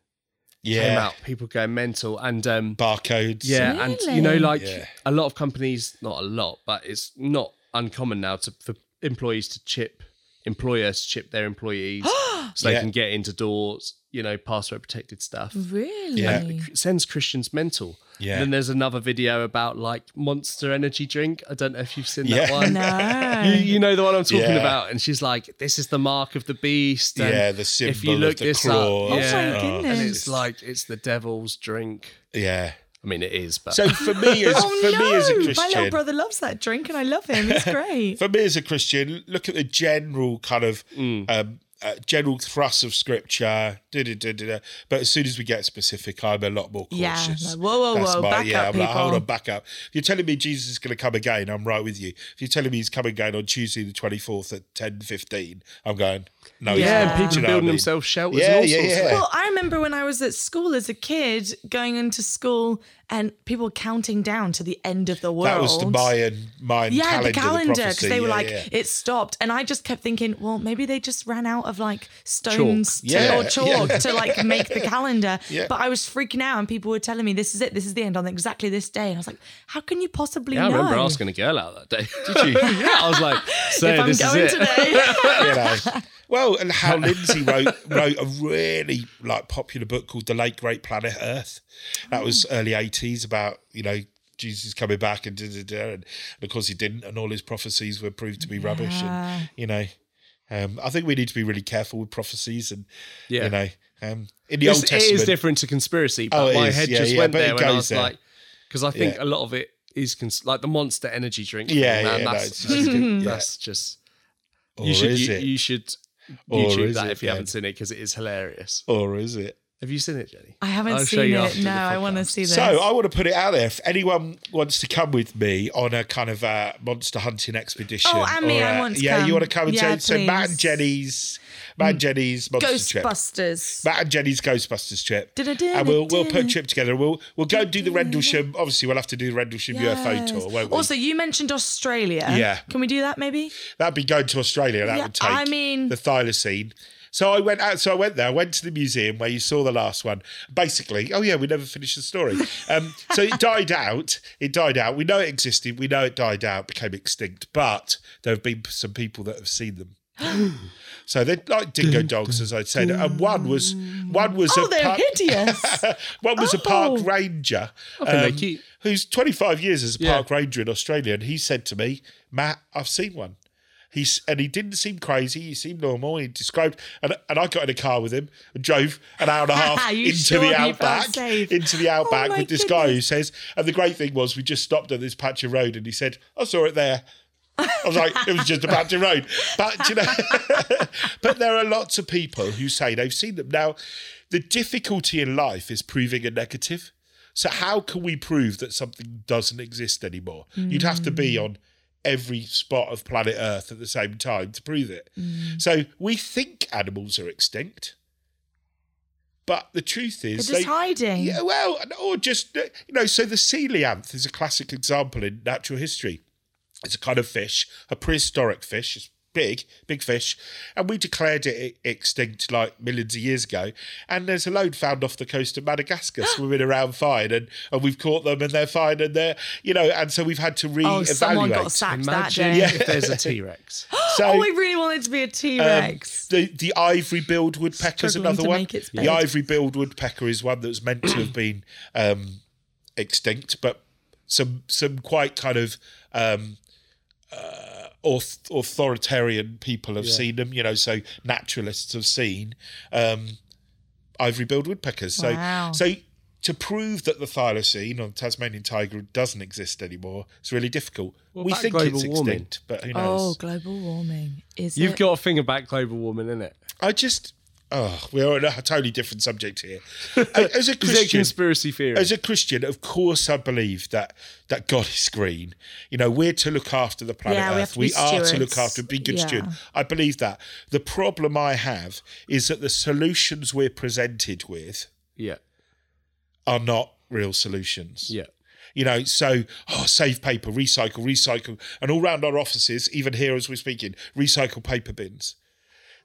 came yeah, out, people go mental, and um, barcodes. yeah, and you know, Really? like Yeah. a lot of companies, not a lot, but it's not uncommon now to for employees to chip employers to chip their <gasps> employees so they Yeah. can get into doors, you know, password protected stuff. Really? Yeah. It sends Christians mental. Yeah. Then there's another video about like Monster Energy drink. I don't know if you've seen that Yeah. one. <laughs> <laughs> No. You, you know the one I'm talking Yeah. about, and she's like, "This is the mark of the beast." And Yeah, the symbol if you look of the this claw. up, Oh yeah, my goodness. and it's like it's the devil's drink. yeah. I mean, it is, but So for me as <laughs> Oh for no! me as a My Christian, little brother loves that drink, and I love him. <laughs> It's great. for me as a Christian, look at the general kind of Mm. um, uh, general thrust of scripture. Da, da, da, da, da. But as soon as we get specific, I'm a lot more Yeah, cautious. like, whoa, whoa, whoa, back yeah, up, I'm like, hold people. on, back up. If you're telling me Jesus is going to come again, I'm right with you. If you're telling me he's coming again on Tuesday the 24th at 10:15, I'm going. No, he's yeah, Yeah. and not. Do people you know what I building mean? themselves shelters. Yeah, and all yeah, sorts yeah. Of Well, I remember when I was at school as a kid, going into school and people counting down to the end of the world. That was the Mayan Mayan yeah, calendar, the calendar, because prophecy. they were Yeah, like, yeah. it stopped. And I just kept thinking, well, maybe they just ran out of like stones to, Yeah, or chalk yeah. <laughs> to like make the calendar. Yeah. But I was freaking out, and people were telling me, this is it, this is the end on exactly this day. And I was like, how can you possibly yeah, I know? remember asking a girl out that day. <laughs> Did you? <laughs> yeah, I was like, "So if I'm this going is it." <laughs> today. you know. Well, and how Lindsay wrote wrote a really like popular book called The Late Great Planet Earth. That was Mm. early eighties about you know Jesus coming back and da, da, da, and of course he didn't, and all his prophecies were proved to be rubbish. Yeah. And you know, um, I think we need to be really careful with prophecies and Yeah. you know Um, in the It's- Old Testament, It is different to conspiracy, Oh, but it my is. head Yeah, just yeah, went but it there and I goes was there. like, because I think Yeah. a lot of it is cons- like the monster energy drink. Yeah, thing, man, yeah, no, that's, it's that's, just- yeah. that's just. or you should is you, it? you should Or YouTube is that it if you then? haven't seen it because it is hilarious. or is it? Have you seen it, Jenny? I haven't I'll show seen you it. after the No, I want to podcast. see this. So I want to put it out there. If anyone wants to come with me on a kind of a monster hunting expedition, Oh, and me, or I a- want to yeah, come. you want to come and Yeah, so, so Matt and please. Mm. Jenny's, Matt and Jenny's monster trip, Ghostbusters. Matt and Jenny's Ghostbusters trip, Da-da-da-da-da. and we'll we'll put a trip together. We'll we'll go do the Rendlesham. Obviously, we'll have to do the Rendlesham UFO Yes. tour, won't we? Also, you mentioned Australia. Yeah. Can we do that maybe? That'd be going to Australia. That Yeah, would take. I mean- the thylacine. So I went out. So I went there. I went to the museum where you saw the last one. Basically, oh yeah, we never finished the story. Um, so it died out. It died out. We know it existed. We know it died out, became extinct. But there have been some people that have <gasps> seen them. so they're like dingo dogs, as I said. And one was one was Oh, a they're par- <laughs> hideous. one was a Oh. park ranger um, think they're cute. who's 25 years as a Yeah. park ranger in Australia, and he said to me, "Matt, I've seen one." He's and he didn't seem crazy. He seemed normal. He described, and, and I got in a car with him and drove an hour and <laughs> a half You into sure you the felt outback, safe? Oh into the outback my with this guy who says. And the great thing was, we just stopped at this patch of road, and he said, "I saw it there." I was like, it was just a patch of road. But you know, <laughs> but there are lots of people who say they've seen them. Now, the difficulty in life is proving a negative. So how can we prove that something doesn't exist anymore? You'd have to be on every spot of planet Earth at the same time to prove it. So we think animals are extinct. But the truth They're is, just hiding. yeah, well, or just uh, you know, so the coelacanth is a classic example in natural history. It's a kind of fish, a prehistoric fish. It's big, big fish, and we declared it i- extinct like millions of years ago. And there's a load found off the coast of Madagascar <gasps> swimming around fine, and, and we've caught them, and they're fine, and they're you know, and so we've had to oh, reevaluate. someone got sacked that Imagine day. if there's <laughs> a T Rex. so, oh, I really wanted to be a T Rex. Um, the the ivory billed woodpecker is Struggling another to one. make its bed. The ivory billed woodpecker is one that was meant to have been um, extinct, but some some quite kind of um, uh, auth- authoritarian people have seen them. You know, so naturalists have seen um, ivory billed woodpeckers. So Wow. so to prove that the thylacine or the Tasmanian tiger doesn't exist anymore, it's really difficult. we about think global it's extinct, warming? but who oh, knows? global warming. Is You've it? got a thing about global warming, innit? I just, oh, we're on a totally different <laughs> subject here. As <laughs> a Is it a Christian, conspiracy theory? as a Christian, of course, I believe that that God is green. You know, we're to look after the planet Yeah, we have Earth. to be We are to stewards. look after, be good Yeah. steward. I believe that. The problem I have is that the solutions we're presented with yeah, are not real solutions. yeah. You know, so oh, save paper, recycle, recycle, and all round our offices, even here as we're speaking, recycle paper bins.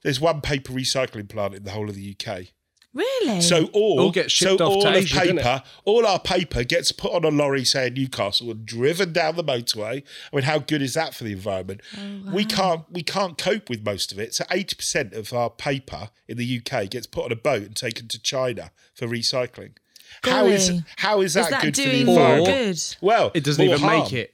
There's one paper recycling plant in the whole of the UK. really? So all, All gets shipped so off all to of Asia, doesn't paper, all our paper gets put on a lorry, say in Newcastle, and driven down the motorway. I mean, how good is that for the environment? We can't we can't cope with most of it. So eighty percent of our paper in the UK gets put on a boat and taken to China for recycling. How is Golly. how is that Is that good for the doing environment? good? well, It doesn't more even harm. make it.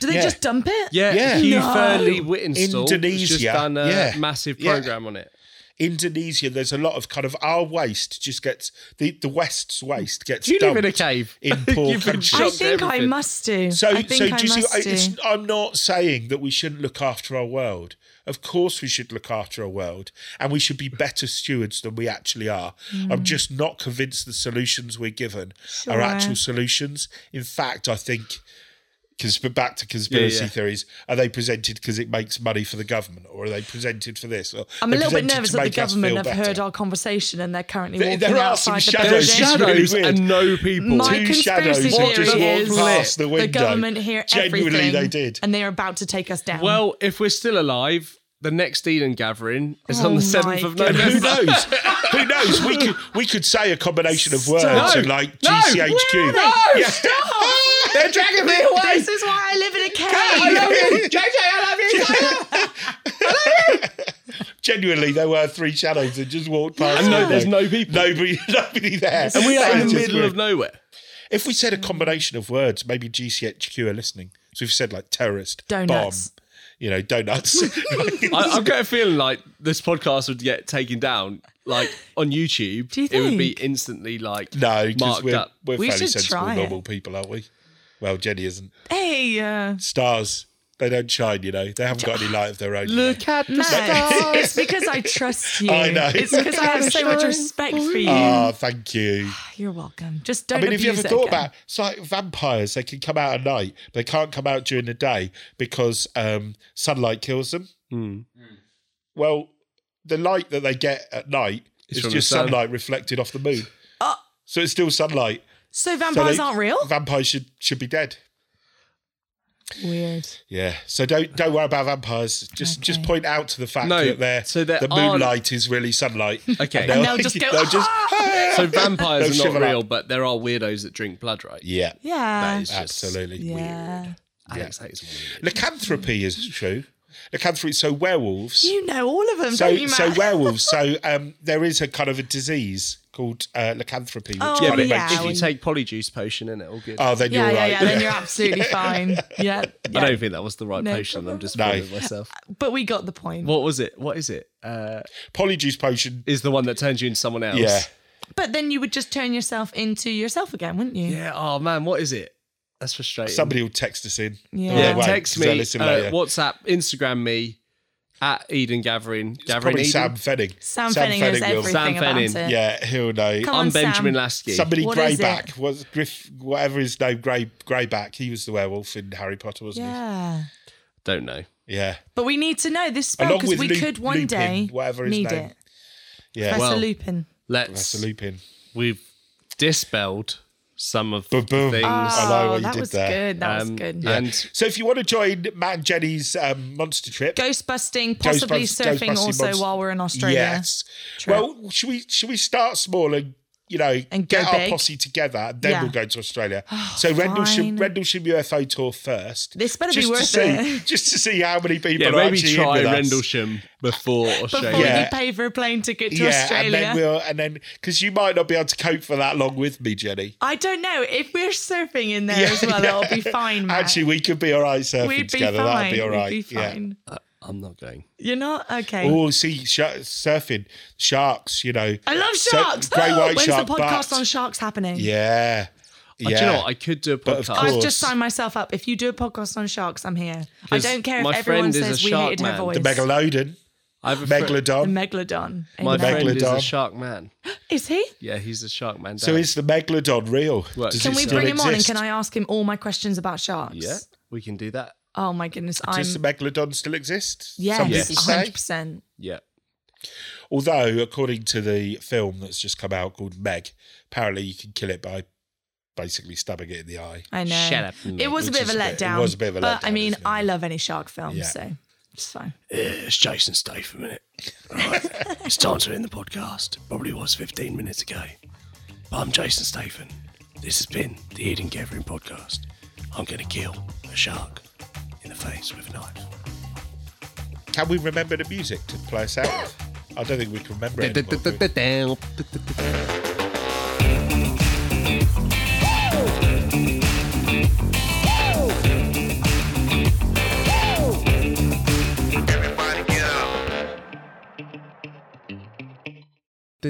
Do they yeah. just dump it? Yeah, Yeah. Hugh No. Fairley Whittingstall has just Indonesia. done a Yeah. massive Yeah. program on it. Indonesia, there's a lot of kind of our waste just gets the, the West's waste gets. You live in a dumped cave. <laughs> in poor You've been countries. shot I Dumped think I everything. must do. So, I think so I do you see? must I- do. It's, I'm not saying that we shouldn't look after our world. Of course, we should look after our world, and we should be better stewards than we actually are. I'm just not convinced the solutions we're given Hmm. Sure. are actual solutions. In fact, I think. Because back to conspiracy yeah. theories, are they presented because it makes money for the government, or are they presented for this? Or I'm a they're little bit presented to nervous that the make us government feel have better? heard our conversation and they're currently There- walking there are some outside the shadows. There are building. It's really shadows weird. and no people. My Two conspiracy shadows walked- theory just walked is past the the window. government hear Genuinely, everything, they did. and they are about to take us down. Well, if we're still alive, the next Eden gathering is Oh on my the seventh of God. November. Who knows? <laughs> Who knows? We could we could say a combination of words and like No. GCHQ. No. Yeah. They're dragging me away. this is why I live in a cave. <laughs> JJ, I love you. Genuinely, there were three shadows that just walked past. And no, the there's window. no people. Nobody, <laughs> nobody there. And we are It's in the just middle weird. of nowhere. If we said a combination of words, maybe GCHQ are listening. So we've said like terrorist, Donuts. bomb, you <laughs> know, donuts. <laughs> I, I've got a feeling like this podcast would get taken down, like on YouTube. Do you It would be think? instantly like no, because marked we're, up. we're We fairly should sensible, try it. normal people, aren't we? Well, Jenny isn't. Hey, uh, Stars, they don't shine, you know. They haven't got any light of their own. you know. Look at the Matt, stars. <laughs> it's because I trust you. I know. It's because I have so much respect for you. Ah, thank you. You're welcome. Just don't I mean, have abuse you ever it thought again. about it's like vampires? They can come out at night, but they can't come out during the day because um, sunlight kills them. Hmm. Well, the light that they get at night It's is from just the sun. Uh, sunlight reflected off the moon. So it's still sunlight. So So vampires they- aren't real? Vampires should should be dead. Weird. Yeah. So don't don't worry about vampires. Just just Okay. point out to the fact No, that they're so there the are- moonlight is really sunlight. <laughs> Okay. And <laughs> they'll just go, "Ah!" they'll just- So vampires They'll are shiver not real, up. but there are weirdos that drink blood, right? Yeah. Yeah. That is just Absolutely. yeah. Alex hates weird. Lycanthropy is true. Lycanthropy. So werewolves. You know all of them, so don't you, Matt? so werewolves. So um, there is a kind of a disease called uh, lycanthropy, which Oh, kind of yeah. makes If you. you take polyjuice potion in it, all good. Oh, then yeah, you're yeah, right. yeah. Then you're <laughs> absolutely fine. Yeah. I yeah. don't think that was the right No. potion. I'm just No. fooling myself. But we got the point. What was it? What is it? Uh, Polyjuice potion. is the one that turns you into someone else? Yeah. But then you would just turn yourself into yourself again, wouldn't you? Yeah. Oh man, what is it? That's frustrating. Somebody will text us in. Yeah. Oh, yeah, they won't, text 'cause they'll me, listen uh, later. WhatsApp, Instagram me at Eden Gathering. It's Gathering probably Eden. Sam Fenning. Sam, Fenning knows will- everything Sam about Fenning. it. Yeah, he'll know. Come I'm on, Benjamin Sam. Lasky. Somebody What is greyback was Griff, whatever his name, grey greyback. He was the werewolf in Harry Potter, wasn't Yeah. Don't know. he? Yeah, But we need to know this spell Along because with we Lu- could one Lupin, day whatever his need name. it. yeah. Professor Well- Lupin. Let's. That's a looping. We've dispelled some of Boom, boom. the things. Ah, I like what you Oh, that did was there. good. That was um, good. And So if you want to join Matt and Jenny's um, monster trip, Ghost busting, possibly Ghostbusters- surfing Ghostbusting also monster- while we're in Australia. Yes. Trip. Well, should we should we start small and you know And go get our big? posse together and then Yeah. Oh, we'll go to Australia. so Rendlesham fine. Rendlesham UFO tour first. This better be just worth to see, it. <laughs> Just to see how many people yeah, are maybe actually try in with us. Rendlesham <laughs> before Australia. Before Yeah. you pay for a plane ticket to yeah, Australia. and then we'll and then because you might not be able to cope for that long with me, Jenny. I don't know. If we're surfing in there Yeah, as well, yeah. it'll be fine, Matt. Actually, we could be all right surfing We'd be together. fine. That'd be all right. We'd be Yeah. fine. I'm not going. You're not? Okay. Oh, see, sh- surfing sharks. You know, I love So- sharks. great white When's shark. the podcast but- on sharks happening? Yeah, Uh, yeah. do you know what? I could do a But of podcast. I've course. just signed myself up. If you do a podcast on sharks, I'm here. I 'Cause don't care if my everyone friend is a says we shark hated her man. voice. the megalodon, I have a fri- The <laughs> megalodon. megalodon. My Amen. friend is a Megalodon. shark man. Is he? Yeah, he's a shark man. So Dad. is the megalodon real? Works. Does Can it we still bring him on and exist? can I ask him all my questions about sharks? yeah, we can do that. Oh my goodness. I'm. Does the megalodon still exist? Some Yes, people say. 100%. Yeah. Although, according to the film that's just come out called Meg, apparently you can kill it by basically stabbing it in the eye. I know. Shut up, mate. It was a Which bit of a is a bit- it letdown. was a bit of a But I letdown, mean, isn't it? I love any shark film, Yeah. so it's fine. It's Jason Statham, minute. it's time to end the podcast. Probably was 15 minutes ago. But I'm Jason Statham. This has been the Eden Gathering podcast. I'm going to kill a shark in the face with a knife. Can we remember the music to play us out with? I don't think we can remember it. anymore, do we?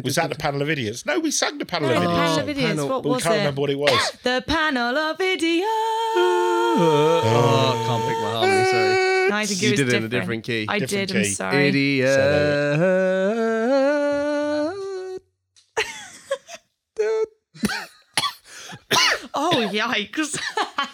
Was that the panel of idiots? No, we sang the panel No, of the idiots. panel of idiots. panel- What but we was can't it? remember what it was. The panel of idiots. <laughs> Oh, I can't pick my harmony, sorry. No, I think You it was did it in a different. different key. I Different did. key. I'm sorry. Idiot. Oh yikes!